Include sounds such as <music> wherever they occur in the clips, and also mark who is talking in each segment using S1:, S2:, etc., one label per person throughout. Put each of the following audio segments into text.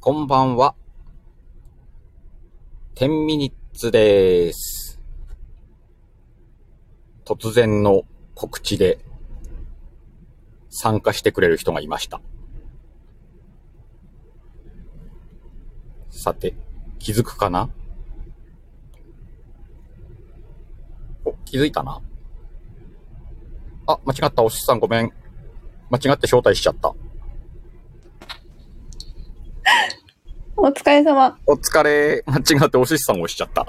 S1: こんばんは。10ミニッツでーす。突然の告知で参加してくれる人がいました。さて、気づくかなお、気づいたなあ、間違った、おっさんごめん。間違って招待しちゃった。
S2: お疲れ様。
S1: お疲れ。間違っておしっさんを押しちゃった。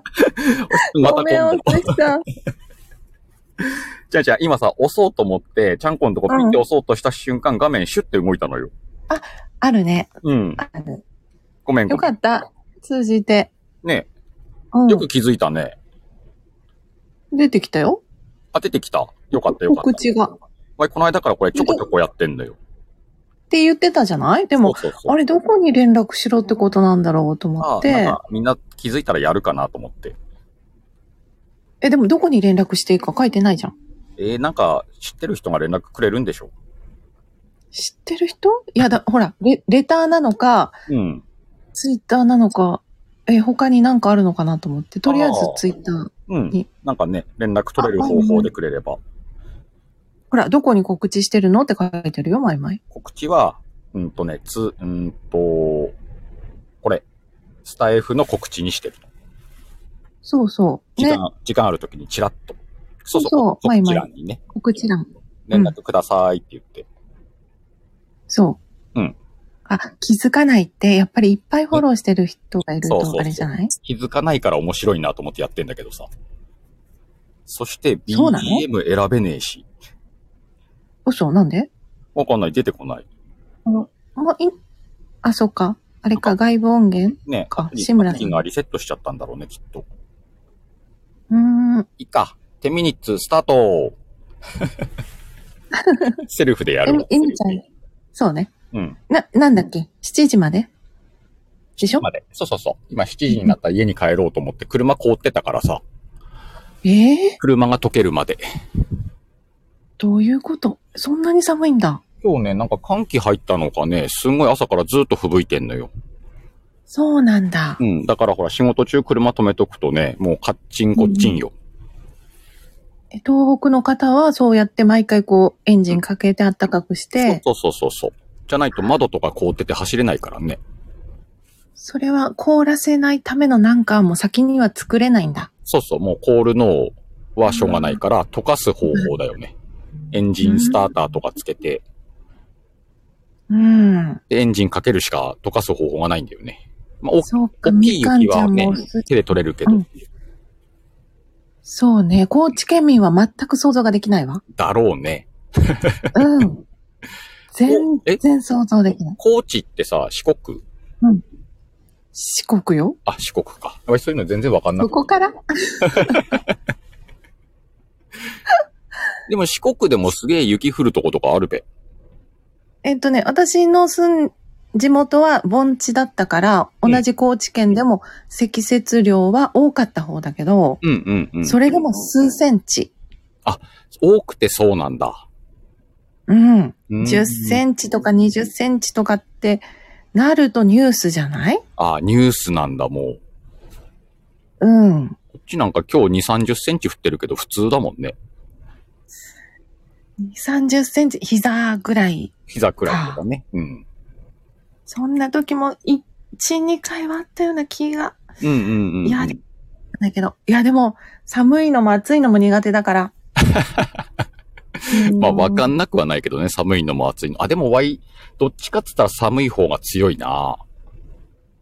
S1: <laughs> また
S2: ごめん、お
S1: 今度。
S2: 疲れ様。
S1: じゃあじゃあ今さ、押そうと思って、ちゃんこのとこピッて押そうとした瞬間、画面シュッて動いたのよ。
S2: あるね。
S1: うん。
S2: ある。
S1: ごめん、
S2: よ
S1: ごめ
S2: か
S1: ん。
S2: った。通じて。
S1: ね
S2: うん
S1: よく気づいたね。
S2: 出てきたよ。
S1: 当ててきた。よかったよかった
S2: 告。知が。っ
S1: わい、この間からこれちょこちょこやってんのよ。
S2: て言ってたじゃないでも、
S1: そうそうそう
S2: あれ、どこに連絡しろってことなんだろうと思
S1: あ
S2: っ
S1: なん
S2: て。
S1: かみんな気づいたらやるかなと思って。
S2: え、でもどこに連絡していいか書いてないじゃん。
S1: えー、なんか知ってる人が連絡くれるんでしょ
S2: 知ってる人いやだ、ほら、レ、レターなのか、
S1: うん。
S2: ツイッターなのか、え、他になんかあるのかなと思って、とりあえず
S1: あー
S2: ツイッター。
S1: うん
S2: い。
S1: なんかね、連絡取れる方法でくれれば。
S2: ほら、どこに告知してるのって書いてるよ、毎々。
S1: 告知は、うんとね、つ、うんと、これ、スタイフの告知にしてる。
S2: そうそう。
S1: 時
S2: ね
S1: 間、、時間あるときにチラッと。そうそう、
S2: そう
S1: こ
S2: 前
S1: ち
S2: 々
S1: らにね、
S2: 告知欄。
S1: 連絡くださいって言って。
S2: そう。
S1: うん。
S2: あ、気づかないって、やっぱりいっぱいフォローしてる人がいる
S1: そうそうそ
S2: と、
S1: う
S2: あれじゃない
S1: 気づかないから面白いなと思ってやってんだけどさ。そして
S2: そうなの
S1: BGM 選べねえし。
S2: 嘘なんで
S1: わかんない、出てこない。
S2: もうい、あ、そっか。あれか、外部音源
S1: ね、
S2: か
S1: アプリ
S2: 志村さん
S1: アプリがリセットしちゃったんだろうね、きっと。
S2: うーん。
S1: いいか。10ミニッツスター
S2: <laughs>
S1: トセルフでや
S2: え
S1: るわ。、
S2: えみちゃん。そうね。
S1: うん。
S2: な、なんだっけ ?7 時まででしょ
S1: まで。そうそうそう。今7時になったら家に帰ろうと思って、車凍ってたからさ、
S2: ええ
S1: 車が溶けるまで。
S2: どういうことそんなに寒いんだ。
S1: 今日ね、なんか寒気入ったのかね、すんごい朝からずっと吹雪いてんのよ。
S2: そうなんだ
S1: う。ん。だからほら、仕事中車止めとくとね、もうカッチンコッチンよ。
S2: え東北の方はそうやって毎回こう、エンジンかけて暖かくして、
S1: そうそうそうそう。じゃないと窓とか凍ってて走れないからね。
S2: それは凍らせないためのなんかも先には作れないんだ。
S1: そうそう、もう凍るのはしょうがないから、溶かす方法だよね。エンジンスターターとかつけて、
S2: うん。
S1: でエンジンかけるしか溶かす方法がないんだよね。まあ、お
S2: そうか、
S1: 大きい
S2: みかん
S1: 雪
S2: ちゃ
S1: は
S2: ん
S1: ね
S2: もす、
S1: 手で取れるけど、
S2: うんそうね。高知県民は全く想像ができ
S1: <laughs>
S2: ないわ。
S1: だろうね。
S2: うん。全
S1: え
S2: 然想像できない。
S1: 高知ってさ、四国
S2: 四国よ。
S1: あ、四国か。俺そういうの全然わかんな
S2: そ
S1: くて
S2: こから
S1: でも四国でもすげえ雪降るとことかあるべ。
S2: えっとね、私の住ん、地元は盆地だったから、
S1: うん
S2: 同じ高知県でも積雪量は多かった方だけど、
S1: うんうんうん。
S2: それでも数センチ。
S1: 多くてそうなんだ。
S2: うん。
S1: うん
S2: 10センチとか20センチとかってなるとニュースじゃない
S1: あ、ニュースなんだ、もう。
S2: うん。
S1: こっちなんか今日2、30センチ降ってるけど普通だもんね。
S2: 30センチ、膝ぐらい。
S1: 膝くらいとかね。うん。
S2: そんな時も1、2回はあったような気が。
S1: うんうんうん。
S2: いや、だけど。いや、でも、寒いのも暑いのも苦手だから。
S1: <laughs> まあわか
S2: い。
S1: んなくはないけどね、寒いのも暑いの。あ、でもワイ、どっちかって言ったら寒い方が強いな。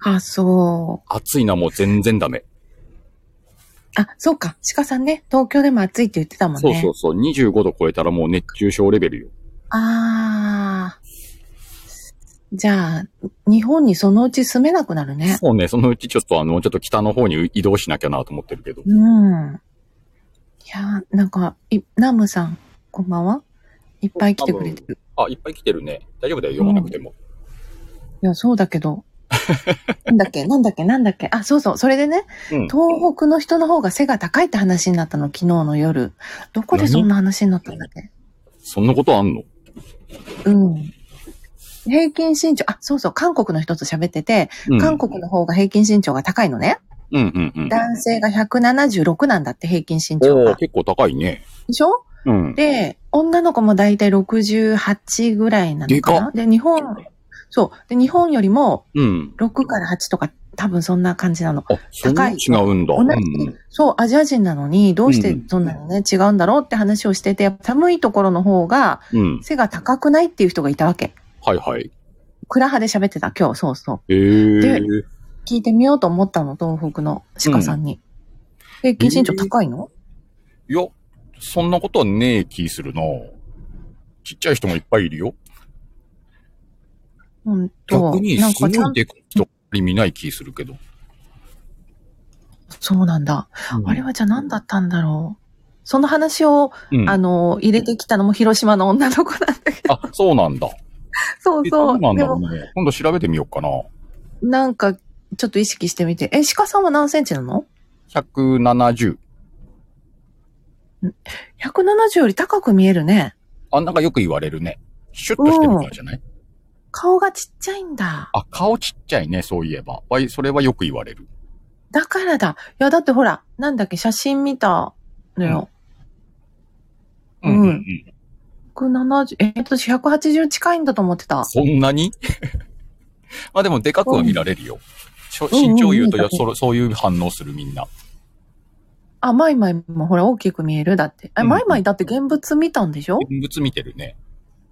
S2: あ、そう。
S1: 暑いのはもう全然ダメ。
S2: あ、そうか。鹿さんね、東京でも暑いって言ってたもんね。
S1: そうそうそう。25度超えたらもう熱中症レベルよ。
S2: ああ。じゃあ、日本にそのうち住めなくなるね。
S1: そうね、そのうちちょっとあの、ちょっと北の方に移動しなきゃなと思ってるけど。
S2: うん。いやー、なんか、い、ナムさん、こんばんはいっぱい来てくれてる。
S1: あ、いっぱい来てるね。大丈夫だよ、読まなくても。
S2: いや、そうだ
S1: <laughs>
S2: けど。なんだっけなんだっけなんだっけあ、そうそう。それでね、
S1: うん。
S2: 東北の人の方が背が高いって話になったの、昨日の夜。どこでそんな話になったんだっけ
S1: そんなことあんの
S2: うん。平均身長、あ、そうそう、韓国の人と喋ってて、
S1: うん。
S2: 韓国の方が平均身長が高いのね。
S1: うんうんうん。
S2: 男性が176なんだって平均身長
S1: おー
S2: が。
S1: 結構高いね。
S2: でしょ
S1: うん。
S2: で、女の子もだいたい68ぐらいなのかなで、日本、そう。で、日本よりも
S1: うん。
S2: 6から8とか多分そんな感じなの。
S1: あ、そんなに違うんだ。
S2: 同
S1: う
S2: じ
S1: んうん。
S2: そう、アジア人なのに、どうして
S1: うん
S2: そんなにね、違うんだろうって話をしてて、やっぱ寒いところの方が
S1: うん。
S2: 背が高くないっていう人がいたわけ。
S1: はいはい。
S2: クラハで喋ってた、今日、そうそう。
S1: ええ
S2: で。聞いてみようと思ったの、東北の鹿さんに。平均身長高いの、
S1: いや、そんなことはねえ気するな。ちっちゃい人もいっぱいいるよ。
S2: うんと、
S1: 逆に、
S2: なん
S1: すご
S2: かちゃ
S1: い
S2: ん
S1: でかい人、見ない気するけど。
S2: そうなんだ。あれはじゃあ何だったんだろう。その話を、
S1: うん、
S2: あ
S1: あ
S2: の、入れてきたのも広島の女の子なんだけど、
S1: そうなんだ。
S2: <laughs> そう
S1: え
S2: そ
S1: ど
S2: う。
S1: うなん
S2: で
S1: だろう
S2: も、
S1: ね。今度調べてみようかな。
S2: なんか、ちょっと意識してみて。え、鹿さんは何センチなの
S1: 170。
S2: ?170 より高く見えるね。
S1: あ、なんかよく言われるね。シュッとしてるからじゃない
S2: 顔がちっちゃいんだ。
S1: あ、顔ちっちゃいね、そういえば。わいそれはよく言われる。
S2: だからだ。いや、だってほら、なんだっけ、写真見たのよ。うん
S1: ん。
S2: 170、え、私180近いんだと思ってた。
S1: そんなに <laughs> まあでも、でかくは見られるよ。しょ身長言うと、いやそれそういう反応するみんな。
S2: あ、マイマイもほら、大きく見えるだって。え、
S1: うん
S2: マイマイだって現物見たんでしょ
S1: 現物見てるね。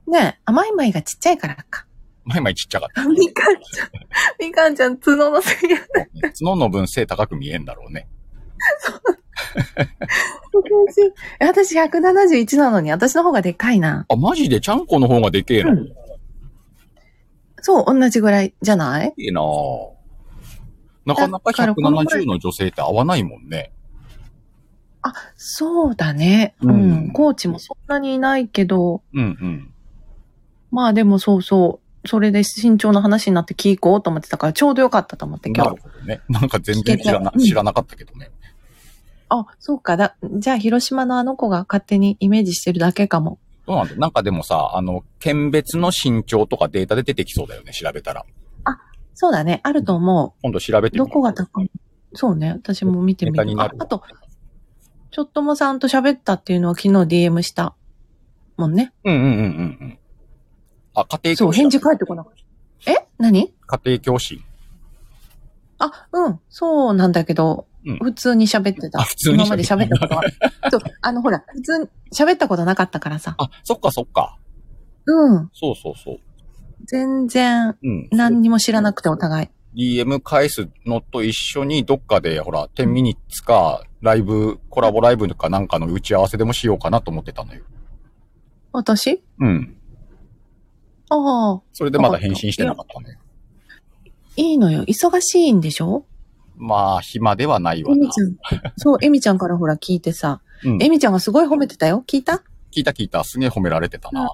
S2: ねえ。あ、マイマイがちっちゃいからか。 <laughs>
S1: 前々ちっちゃかっ
S2: みかんちゃん、みかんちゃん、角のせい <laughs> や。
S1: た、ね。角の分背高く見えんだろうね。
S2: え私171なのに、私の方がでかいな。
S1: あ、マジでちゃんこの方がでけえな。
S2: う
S1: で
S2: んそう、同じぐらいじゃない
S1: けえななかなか
S2: だからこの前
S1: 170の女性って合わないもんね。
S2: そうだね。う
S1: うんん。
S2: コーチもそんなにいないけど、
S1: うんうん。
S2: まあでもそうそう。それで身長の話になって聞こうと思ってたから、ちょうどよかったと思って今
S1: な
S2: 日
S1: る。ほどね。なんか全然知らな
S2: 聞けたうん
S1: 知らなかったけどね。
S2: あ、そうか。だ、じゃあ広島のあの子が勝手にイメージしてるだけかも。
S1: どうなんだなんかでもさ、あの、県別の身長とかデータで出てきそうだよね、調べたら。
S2: そうだね。あると思う。
S1: 今度調べてみよ
S2: ど
S1: う
S2: こが高いそうね。私も見てみ
S1: ネタに
S2: る。
S1: な
S2: あ
S1: る
S2: あと、ちょっともさんと喋ったっていうのは昨日 DM したもんね。
S1: うんうんうんうんうん。あ、家庭教師だ。
S2: そう、返事返ってこなかった。え何
S1: 家庭教師。
S2: あ、うん。そうなんだけど、
S1: うん
S2: 普通に喋ってた。
S1: あ普通に喋
S2: 今まで喋ったことは。そう、あの、ほら、普通に喋ったことなかったからさ。
S1: あ、そっかそっか。
S2: うん。
S1: そうそうそう。
S2: 全然、
S1: うん。
S2: 何にも知らなくてお互い。
S1: DM 返すのと一緒に、どっかで、ほら、10ミニッツか、ライブ、コラボライブかなんかの打ち合わせでもしようかなと思ってたのよ。
S2: 私
S1: うん。
S2: ああ、
S1: それでまだ返信してなかったね。
S2: いいのよ。忙しいんでしょ
S1: まあ、暇ではないわ
S2: エ
S1: な
S2: ミ。ちゃん。そう、エミちゃんからほら聞いてさ。
S1: うん。
S2: エミちゃんがすごい褒めてたよ。聞いた
S1: 聞いた聞いた。すげえ褒められてたな。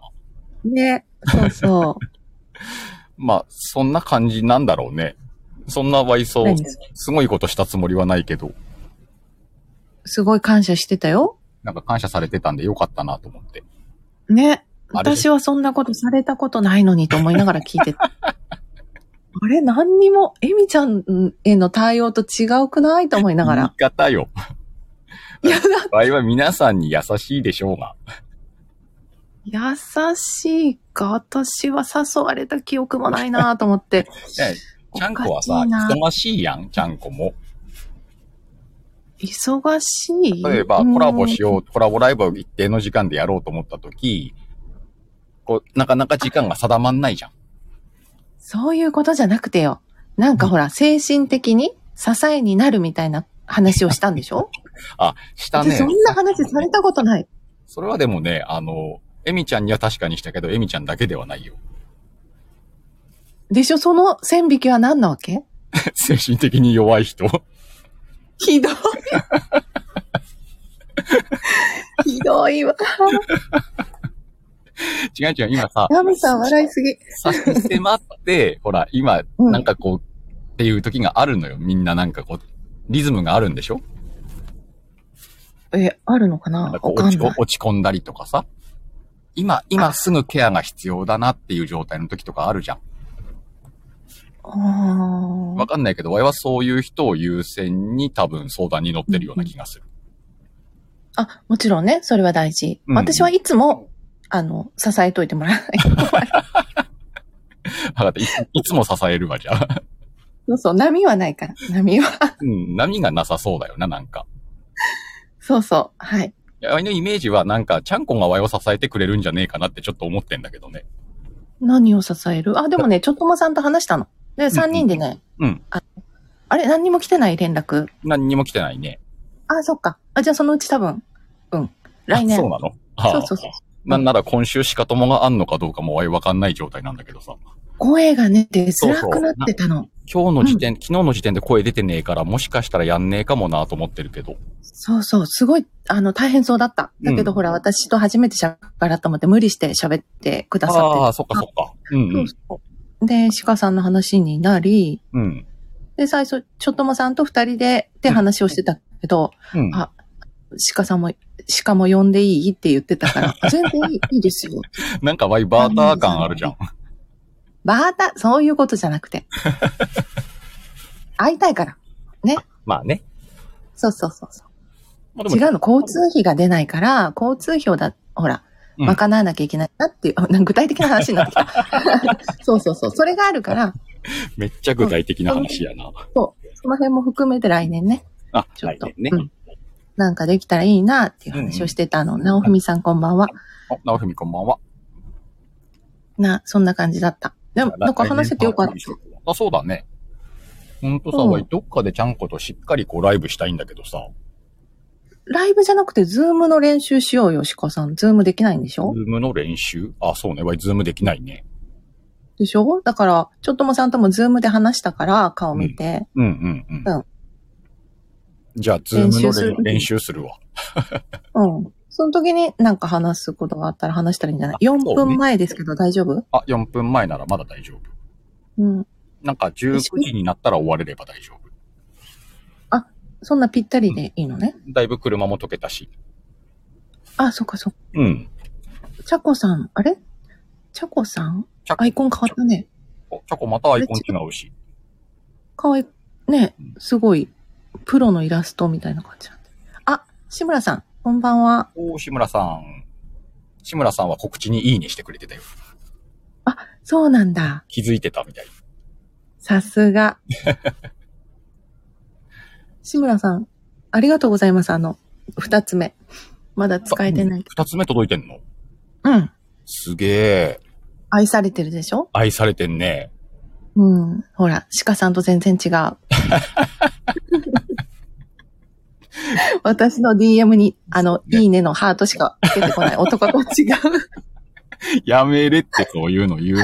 S2: ね、そうそう。
S1: まあ、そんな感じなんだろうね。そんなワイソ
S2: 何です
S1: すごいことしたつもりはないけど、
S2: すごい感謝してたよ。
S1: なんか感謝されてたんでよかったなと思って。
S2: ね。
S1: あれ
S2: 私はそんなことされたことないのにと思いながら聞いてた。 <laughs> あれ、何にも、エミちゃんへの対応と違うくないと思いなが
S1: 言
S2: ら
S1: い。方よ。
S2: いや、だ
S1: ワイは皆さんに優しいでしょうが。
S2: 優しいか、私は誘われた記憶もないなと思って。
S1: ねちゃんこはさ、
S2: おかしいな
S1: 忙しいやん、ちゃんこも。
S2: 忙しい
S1: 例えば、コラボしよう、コラボライブを一定の時間でやろうと思ったとき、こう、なかなか時間が定まんないじゃん。
S2: うんそういうことじゃなくてよ。なんかほら、精神的に支えになるみたいな話をしたんでしょ、
S1: あ、した
S2: 私
S1: ね
S2: そ。んな話されたことない。
S1: それはでもね、あの、エミちゃんには確かにしたけど、エミちゃんだけではないよ。 <laughs>
S2: でしょその線引きは何なわけ
S1: 精神的に弱い人。 <laughs>
S2: ひどい。ひどいわ。
S1: 違う違う、今さ、
S2: ラムさん笑いすぎ。
S1: 差し迫って、ほら、今、
S2: うん
S1: なんかこう、っていう時があるのよ。みんななんかこう、リズムがあるんでしょ
S2: え、あるのか
S1: なん
S2: な
S1: かこう
S2: わか
S1: 落
S2: ん
S1: ち
S2: ない。
S1: 落ち込んだりとかさ。今、今すぐケアが必要だなっていう状態の時とかあるじゃん。
S2: あ
S1: わかんないけど、我々はそういう人を優先に多分相談に乗ってるような気が
S2: <laughs>
S1: する。
S2: あ。あ、もちろんね、それは大事。
S1: うん
S2: 私はいつも、あの、支えといてもらわない。
S1: わかったいついつも支えるわ、じゃ
S2: <laughs>
S1: あ。
S2: そうそう、波はないから。波は。
S1: うん、波がなさそうだよな、なんか。
S2: そうそう。はい。
S1: いや、あのイメージはなんか、ちゃんこが我々を支えてくれるんじゃねえかなってちょっと思ってんだけどね。
S2: 何を支えるあ、でもね、ちょっともさんと話したの。で、3人でね。
S1: うん
S2: あ。あれ何にも来てない連絡。
S1: 何にも来てないね。
S2: あ、そっか。あ、じゃあそのうち多分。うん。来
S1: あ
S2: 年。
S1: そうなのあ
S2: そうそうそう
S1: なんなら今週しかともがあんのかどうかも我々わかんない状態なんだけどさ。
S2: 声がね、出づらくなってたの。
S1: 今日の時点、昨日の時点で声出てねえから、もしかしたらやんねえかもなと思ってるけど。
S2: そうそう、すごい、あの、大変そうだった。だけど、
S1: うん
S2: ほら、私と初めてしゃべったと思って、無理して喋ってくださって。
S1: ああ、そっかそっか。うんうん。
S2: そうそうで、鹿さんの話になり、
S1: うん。
S2: で、最初、ちょっともさんと二人でって話をしてたけど、
S1: うん。
S2: あ鹿さんも、鹿も呼んでいいって言って
S1: <laughs>
S2: たから、全然いいいいですよ。
S1: なんかワイバーター感あるじゃん。
S2: バータ、そういうことじゃなくて。会いたいから。
S1: まあね。
S2: そうそうそうそう。
S1: まあで
S2: 違
S1: も、
S2: うの、交通費が出ないから、交通費をだ、ほら、
S1: うん
S2: 賄わなきゃいけないなっていう、 <laughs> あなんか具体的な話になってきた。 <laughs> そうそうそう。それがあるから、
S1: めっちゃ具体的な話やな。
S2: その辺も含めて来年ね、
S1: あ、
S2: ちょっと。
S1: 来年
S2: う
S1: ね。
S2: んなんかできたらいいなっていう話をしてたの。なおふみさんこんばんは。
S1: あ、なおふみこんばんは。
S2: な、そんな感じだった。でも、なんか話せてよかった。
S1: あ、そうだね。ほんとさ、
S2: うん
S1: おいどっかでちゃんことしっかりこうライブしたいんだけどさ、
S2: ライブじゃなくて、ズームの練習しようよ、しかさん。ズームできないんでし
S1: ズ
S2: ょ
S1: ームの練習あ、そうね。わい、ズームできないね。
S2: でしょだから、ちょっともさんともズームで話したから、顔見て。
S1: うんうんうん。
S2: うん
S1: じゃあ、ズームの
S2: 練習する
S1: 練練習するわ。
S2: うん。その時になんか話すことがあったら話したらいいんじゃない ?4
S1: そうね
S2: 分前ですけど大丈夫
S1: あ、4分前ならまだ大丈夫。
S2: うん。
S1: なんか19時になったら終われれば大丈夫。
S2: そんなぴったりでいいのね。
S1: だいぶ車も溶けたし。
S2: あ、そっかそっか。
S1: うん。
S2: チャコさん、あれチャコさん
S1: チャコ
S2: アイコン変わったね。
S1: おチャコまたアイコン違うし。
S2: かわいい。ね、すごい、プロのイラストみたいな感じなんで。あ、志村さん、こんばんは。
S1: おー、志村さん。志村さんは告知にいいねしてくれてたよ。
S2: そうなんだ。
S1: 気づいてたみたい。
S2: さ
S1: <laughs>
S2: すが。志村さん、ありがとうございます。あの、二つ目。まだ使えてないけ
S1: 二つ目届いてんの
S2: ど。うん。
S1: すげえ。
S2: 愛されてるでしょ
S1: 愛されてんね。
S2: うん。ほら、鹿さんと全然
S1: <laughs>
S2: 違う。私の DM に、あの、
S1: ね
S2: いいねのハートしか出てこない
S1: <laughs>
S2: 男と違う。
S1: やめれってそういうの言う
S2: <laughs>
S1: の。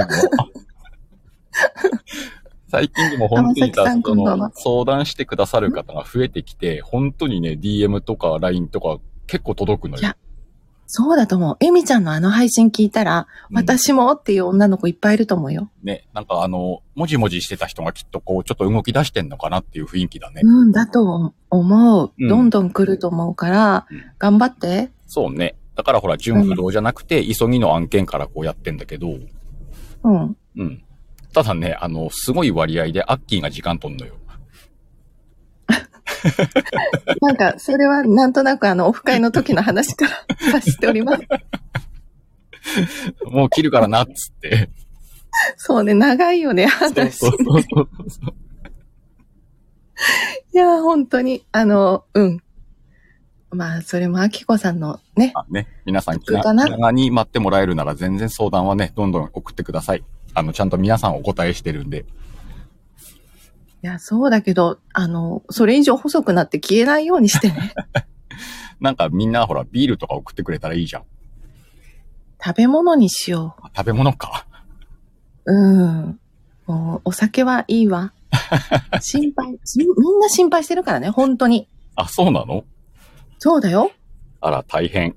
S1: 最近でも本当に
S2: 浜崎さん
S1: そ
S2: こんばん
S1: の
S2: は
S1: 相談してくださる方が増えてきて、本当にね、DM とか LINE とか結構届くの
S2: いや
S1: よ。
S2: そうだと思う。エミちゃんのあの配信聞いたら、
S1: うん
S2: 私もっていう女の子いっぱいいると思うよ。
S1: ね、なんかあの、もじもじしてた人がきっとこう、ちょっと動き出してんのかなっていう雰囲気だね。
S2: うん、だと思う。
S1: うん
S2: どんどん来ると思うから
S1: うん、
S2: 頑張って。
S1: そうね。だからほら、純不動じゃなくて、急ぎの案件からこうやってんだけど、
S2: うん。
S1: うん。ただね、あの、すごい割合でアッキーが時間取んのよ。 <laughs>
S2: なんか、それはなんとなくあの、オフ会の時の話から <laughs> 察しております。
S1: もう切るからな、っつって。
S2: そうね、長いよね、
S1: そう
S2: 話
S1: そう。そうそうそう。
S2: いやー、本当に、あの、うん。まあ、それも、あきこさんのね、
S1: まあね、皆さん気
S2: 得かな
S1: 長に待ってもらえるなら全然相談はね、どんどん送ってください。あの、ちゃんと皆さんお答えしてるんで。
S2: いや、そうだけど、あの、それ以上細くなって消えないようにしてね。
S1: <laughs> なんかみんなほら、ビールとか送ってくれたらいいじゃん。
S2: 食べ物にしよ
S1: あ食べ物か。
S2: う。うん。もう、お酒はい
S1: <laughs>
S2: いわ。心配、みみんな心配してるからね、本当に。
S1: あ、そうなの
S2: そうだよ。
S1: あら、大変。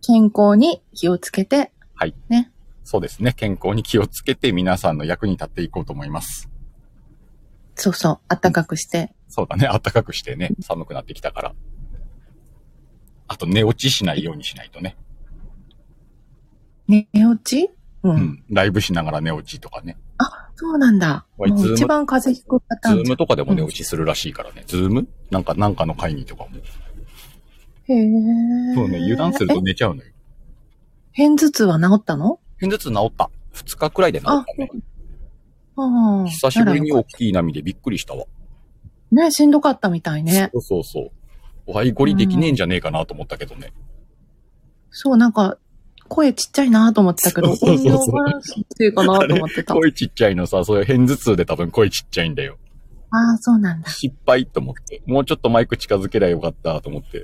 S2: 健康に気をつけて。
S1: そうですね。健康に気をつけて皆さんの役に立っていこうと思います。
S2: そうそう、あったかくして。
S1: そうだね。暖かくしてね。寒くなってきたから。あと、寝落ちしないようにしないとね。
S2: 寝落ちうん。
S1: うん。ライブしながら寝落ちとかね。
S2: そうなんだ。
S1: おい
S2: も
S1: ズー
S2: う
S1: ム
S2: 一番風邪ひくパタ
S1: ズ
S2: ーン
S1: ー
S2: じゃ
S1: ム
S2: ん。
S1: とかでも寝落ちするらしいからね。ズームなんか、なんかの会議とかも。
S2: へえ。
S1: そうね、油断する
S2: え
S1: と寝ちゃうのよ。
S2: 片頭痛は治ったの
S1: 片頭痛治った。二日くらいで治ったね。
S2: ああ。
S1: 久しぶりに
S2: なら
S1: 大きい波でびっくりしたわ。
S2: ね、しんどかったみたいね。
S1: そうそうそう。おはいごりできねえんじゃねえかなと思ったけどね。
S2: そう、なんか、声ちっちゃいなと思ってたけど、
S1: そうそうそう
S2: 音量がちっちゃいかなと思ってた。
S1: 声ちっちゃいのさ、そういう片頭痛で多分声ちっちゃいんだよ。
S2: ああ、そうなんだ。
S1: 失敗と思って。もうちょっとマイク近づけりゃよかったと思って。い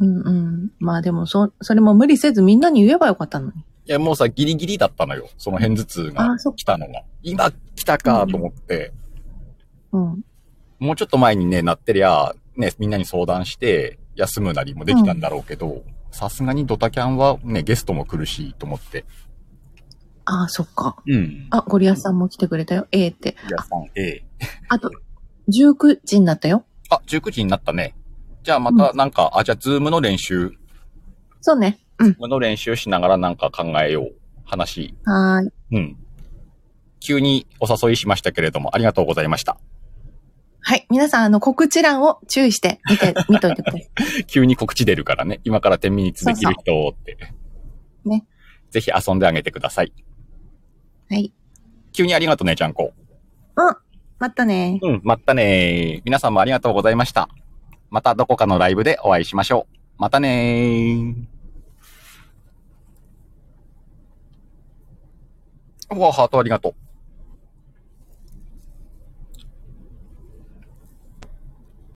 S2: うんうん。まあでも、そ、それも無理せずみんなに言えばよかったのに。
S1: や、もうさ、ギリギリだったのよ。その片頭痛が
S2: あそっか
S1: 来たのが。今来たかと思って、
S2: うん。
S1: もうちょっと前にね、なってりゃ、ね、みんなに相談して、休むなりもできたんだろうけど、さすがにドタキャンはね、ゲストも来るし、と思って。
S2: ああ、そっか。
S1: うん。
S2: あ、ゴリアスさんも来てくれたよ。ええって。
S1: 皆さん、ええ。
S2: あと、19時になったよ。
S1: あ、19時になったね。じゃあまたなんか、あ、じゃあズームの練習、ズ
S2: そうね。
S1: ームの練習しながらなんか考えよう。話。
S2: はーい。
S1: うん。急にお誘いしましたけれども、ありがとうございました。
S2: はい。皆さん、あの、告知欄を注意して見て、見といてください。
S1: 急に告知出るからね。今から10ミニッツできる人をって。
S2: ね。
S1: ぜひ遊んであげてください。
S2: はい。
S1: 急にありがとうね、ちゃんこ。
S2: うん。またね
S1: うん、まったねー。皆さんもありがとうございました。またどこかのライブでお会いしましょう。またねー。うわ、ハートありがとう。